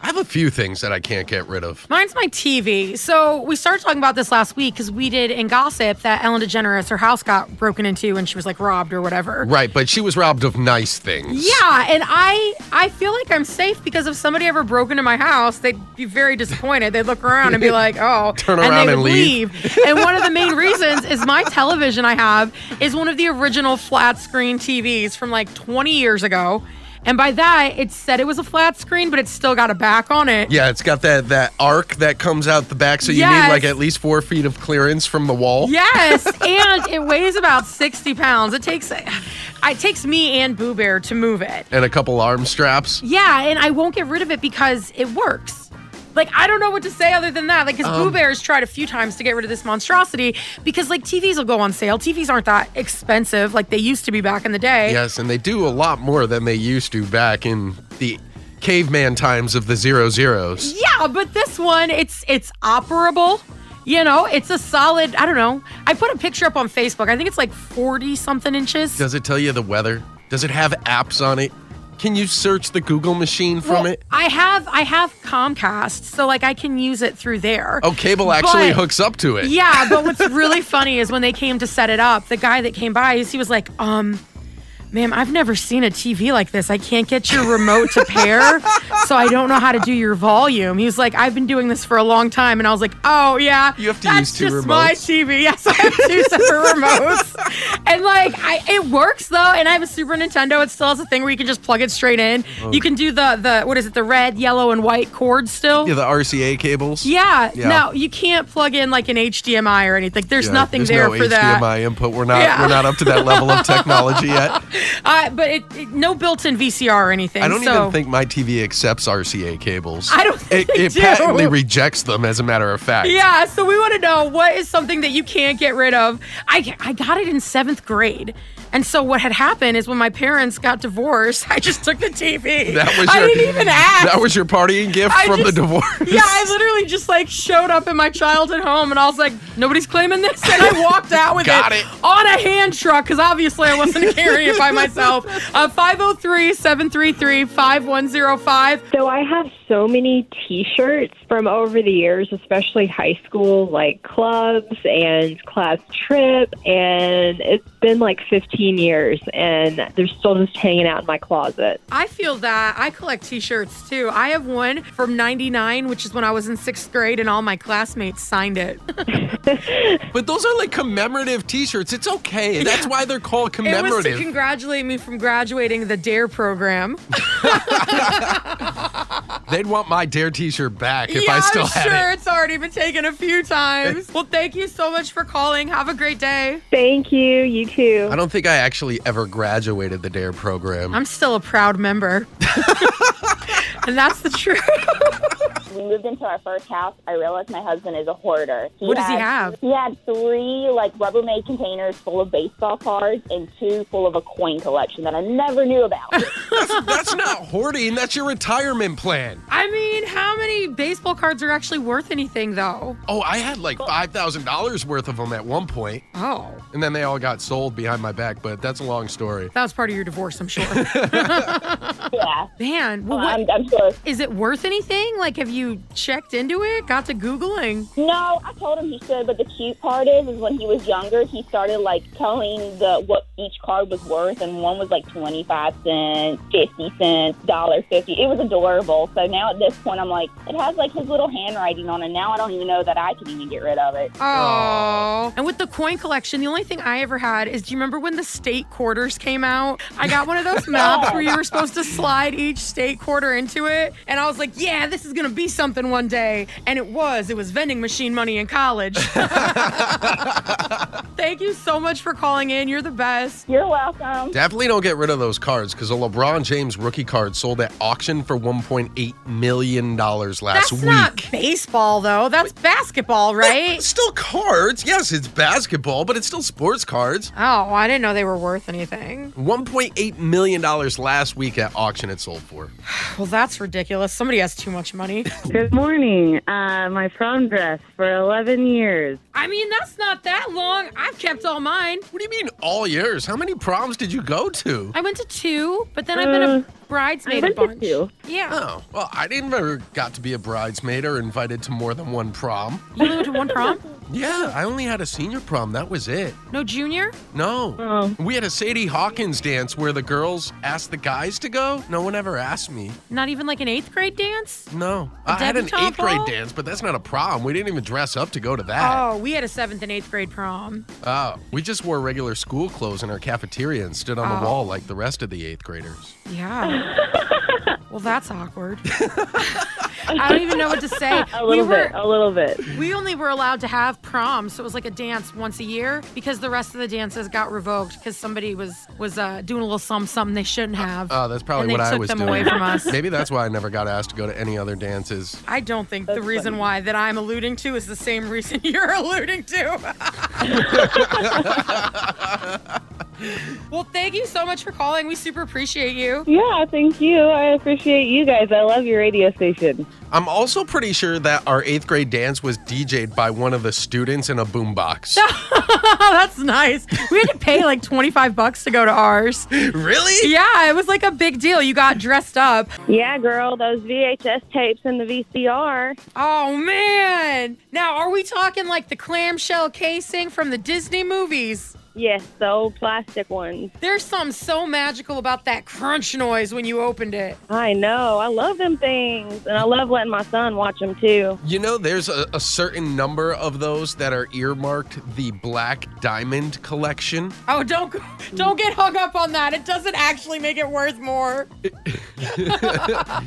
I have a few things that I can't get rid of. Mine's my TV. So we started talking about this last week because we did in gossip that Ellen DeGeneres, her house got broken into and she was like robbed or whatever. Right, but she was robbed of nice things. Yeah, and I I feel like I'm safe because if somebody ever broke into my house, they'd be very disappointed. They'd look around and be like, oh, Turn around they and would leave. and one of the main reasons is my television I have is one of the original flat screen TVs from like 20 years ago. And by that, it said it was a flat screen, but it's still got a back on it. Yeah, it's got that that arc that comes out the back, so you Yes. need like at least four feet of clearance from the wall. Yes, and it weighs about sixty pounds. It takes, it takes me and Boo Bear to move it. And a couple arm straps. Yeah, and I won't get rid of it because it works. Like I don't know what to say other than that. Like, because Boo Bear's tried a few times to get rid of this monstrosity because like TVs will go on sale. TVs aren't that expensive like they used to be back in the day. Yes, and they do a lot more than they used to back in the caveman times of the zero zeros. Yeah, but this one, it's it's operable. You know, it's a solid. I don't know. I put a picture up on Facebook. I think it's like forty something inches. Does it tell you the weather? Does it have apps on it? Can you search the Google machine from Well, it? I have I have Comcast, so like I can use it through there. Oh, cable actually but- hooks up to it. Yeah, but what's really funny is when they came to set it up, the guy that came by, he was like, um, ma'am, I've never seen a TV like this. I can't get your remote to pair, so I don't know how to do your volume. He was like, I've been doing this for a long time, and I was like, oh yeah, You have to that's use two just my remotes. TV. Yes, I have two separate remotes, and like, I, it works though. And I have a Super Nintendo. It still has a thing where you can just plug it straight in. Oh. You can do the the what is it? The red, yellow, and white cords still. Yeah, the RCA cables. Yeah, Yeah. No, you can't plug in like an HDMI or anything. There's Yeah, nothing there's there no for HDMI that. input. We're not Yeah. we're not up to that level of technology yet. Uh, but it, it- no built-in VCR or anything. I don't so. even think my TV accepts RCA cables. I don't think it, they it do. patently rejects them, as a matter of fact. Yeah, so we want to know what is something that you can't get rid of. I, I got it in seventh grade. And so what had happened is when my parents got divorced, I just took the TV. That was I your, didn't even ask. That was your partying gift I from just- the divorce. Yeah, I literally just like showed up in my childhood home and I was like, nobody's claiming this. And I walked out with Got it. on a hand truck because obviously I wasn't carrying it by myself. Uh, 503 733 5105. So I have so many T-shirts from over the years, especially high school, like clubs and class trip, and it's been like 15 years, and they're still just hanging out in my closet. I feel that I collect t shirts too. I have one from 99, which is when I was in sixth grade and all my classmates signed it. But those are like commemorative T-shirts. It's okay. That's why they're called it was to commemorative. congratulate me from graduating the DARE program. They'd want my Dare T-shirt back if yeah, I still am had sure it. it's already been taken a few times. well, thank you so much for calling. Have a great day. Thank you. You I too. don't think I actually ever graduated the Dare program. I'm still a proud member. and that's the truth. we moved into our first house, I realized my husband is a hoarder. What does he had- have? He had three like Rubbermaid containers full of baseball cards and two full of a coin collection that I never knew about. that's not hoarding. That's your retirement plan. I mean, how many baseball cards are actually worth anything, though? Oh, I had like five thousand dollars worth of them at one point, Oh, and then they all got sold behind my back. But that's a long story. that was part of your divorce, I'm sure. yeah. Man, well, Well, what? I'm, I'm sure. Is it worth anything? Like, have you checked into it? Got to Googling? No, I told him he should, but the cute part is, is when he was younger, he started like telling the what each card was worth, and one was like twenty five cents, fifty cents, dollar fifty. It was adorable. So now at this point, I'm like, it has like his little handwriting on it. Now I don't even know that I can even get rid of it. Oh. And with the coin collection, the only thing I ever had is do you remember when the state quarters came out? I got one of those maps where you were supposed to slide each state quarter into into it, and I was like, yeah, this is gonna be something one day. And it was. It was vending machine money in college. Thank you so much for calling in. You're the best. You're welcome. Definitely don't get rid of those cards because a LeBron James rookie card sold at auction for $1.8 million last That's week. not baseball though. That's basketball, right? It's still cards. Yes, it's basketball, but it's still sports cards. Oh, I didn't know they were worth anything. $1.8 million last week at auction it sold for. Well, that's ridiculous. Somebody has too much money. Good morning. Uh, my prom dress for 11 years. I mean, that's not that long. I've kept all mine. What do you mean all years? How many proms did you go to? I went to two, but then I've been a bridesmaid Uh, I went a bunch. to two. Yeah, Oh, well, I didn't ever got to be a bridesmaid or invited to more than one prom. you only went to one prom? Yeah, I only had a senior prom. That was it. No junior? No. Oh. We had a Sadie Hawkins dance where the girls asked the guys to go. No one ever asked me. Not even like an eighth grade dance? No. I had an debutante eighth grade ball? dance, but that's not a prom. We didn't even dress up to go to that. Oh, we had a seventh and eighth grade prom. Oh. we just wore regular school clothes in our cafeteria and stood on the Oh. wall like the rest of the eighth graders. Yeah. well, that's awkward. I don't even know what to say. A little we were bit. A little bit. we only were allowed to have prom, so it was like a dance once a year because the rest of the dances got revoked because somebody was was uh, doing a little something something they shouldn't have. Oh, that's probably and they what took I was them doing. away from us. Maybe that's why I never got asked to go to any other dances. I don't think the reason why that I'm alluding to is the same reason you're alluding to. well, thank you so much for calling. We super appreciate you. Yeah, thank you. I appreciate you guys. I love your radio station. I'm also pretty sure that our eighth grade dance was DJ'd by one of the students in a boombox. That's nice. We had to pay like 25 bucks to go to ours. really? Yeah, it was like a big deal. You got dressed up. Yeah, girl, those VHS tapes and the VCR. Oh man. Now, are we talking like the clamshell casing from the Disney movies? Yes, the old plastic ones. There's something so magical about that crunch noise when you opened it. I know. I love them things. And I love letting my son watch them too. You know, there's a, a certain number of those that are earmarked the Black Diamond Collection. Oh, don't don't get hung up on that. It doesn't actually make it worth more.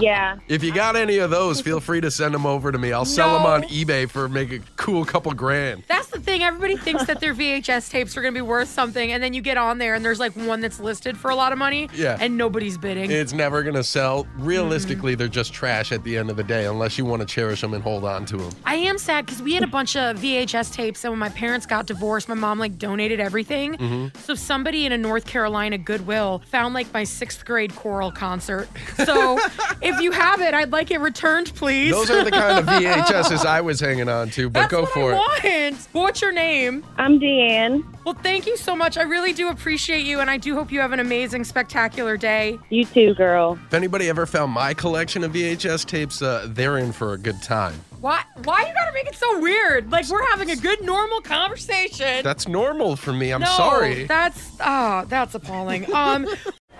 Yeah. If you got any of those, feel free to send them over to me. I'll sell them No. on eBay for make a cool couple grand. That's the thing. Everybody thinks that their VHS tapes are going to be worth something and then you get on there and there's like one that's listed for a lot of money Yeah. and nobody's bidding. It's never going to sell. Realistically, they're just trash at the end of the day unless you want to cherish them and hold on to them. I am sad because we had a bunch of VHS tapes, and when my parents got divorced, my mom like donated everything. Mm-hmm. So somebody in a North Carolina Goodwill found like my sixth grade choral concert. So if you have it, I'd like it returned, please. Those are the kind of VHSs I was hanging on to, but That's go what for I it. want. What's your name? I'm Deanne. Well, thank you so much. I really do appreciate you, and I do hope you have an amazing, spectacular day. You too, girl. If anybody ever found my collection of VHS tapes, uh, they're in for a good time. Why? Why you gotta make it so weird? Like we're having a good, normal conversation. That's normal for me. I'm no, sorry. That's oh, that's appalling. Um.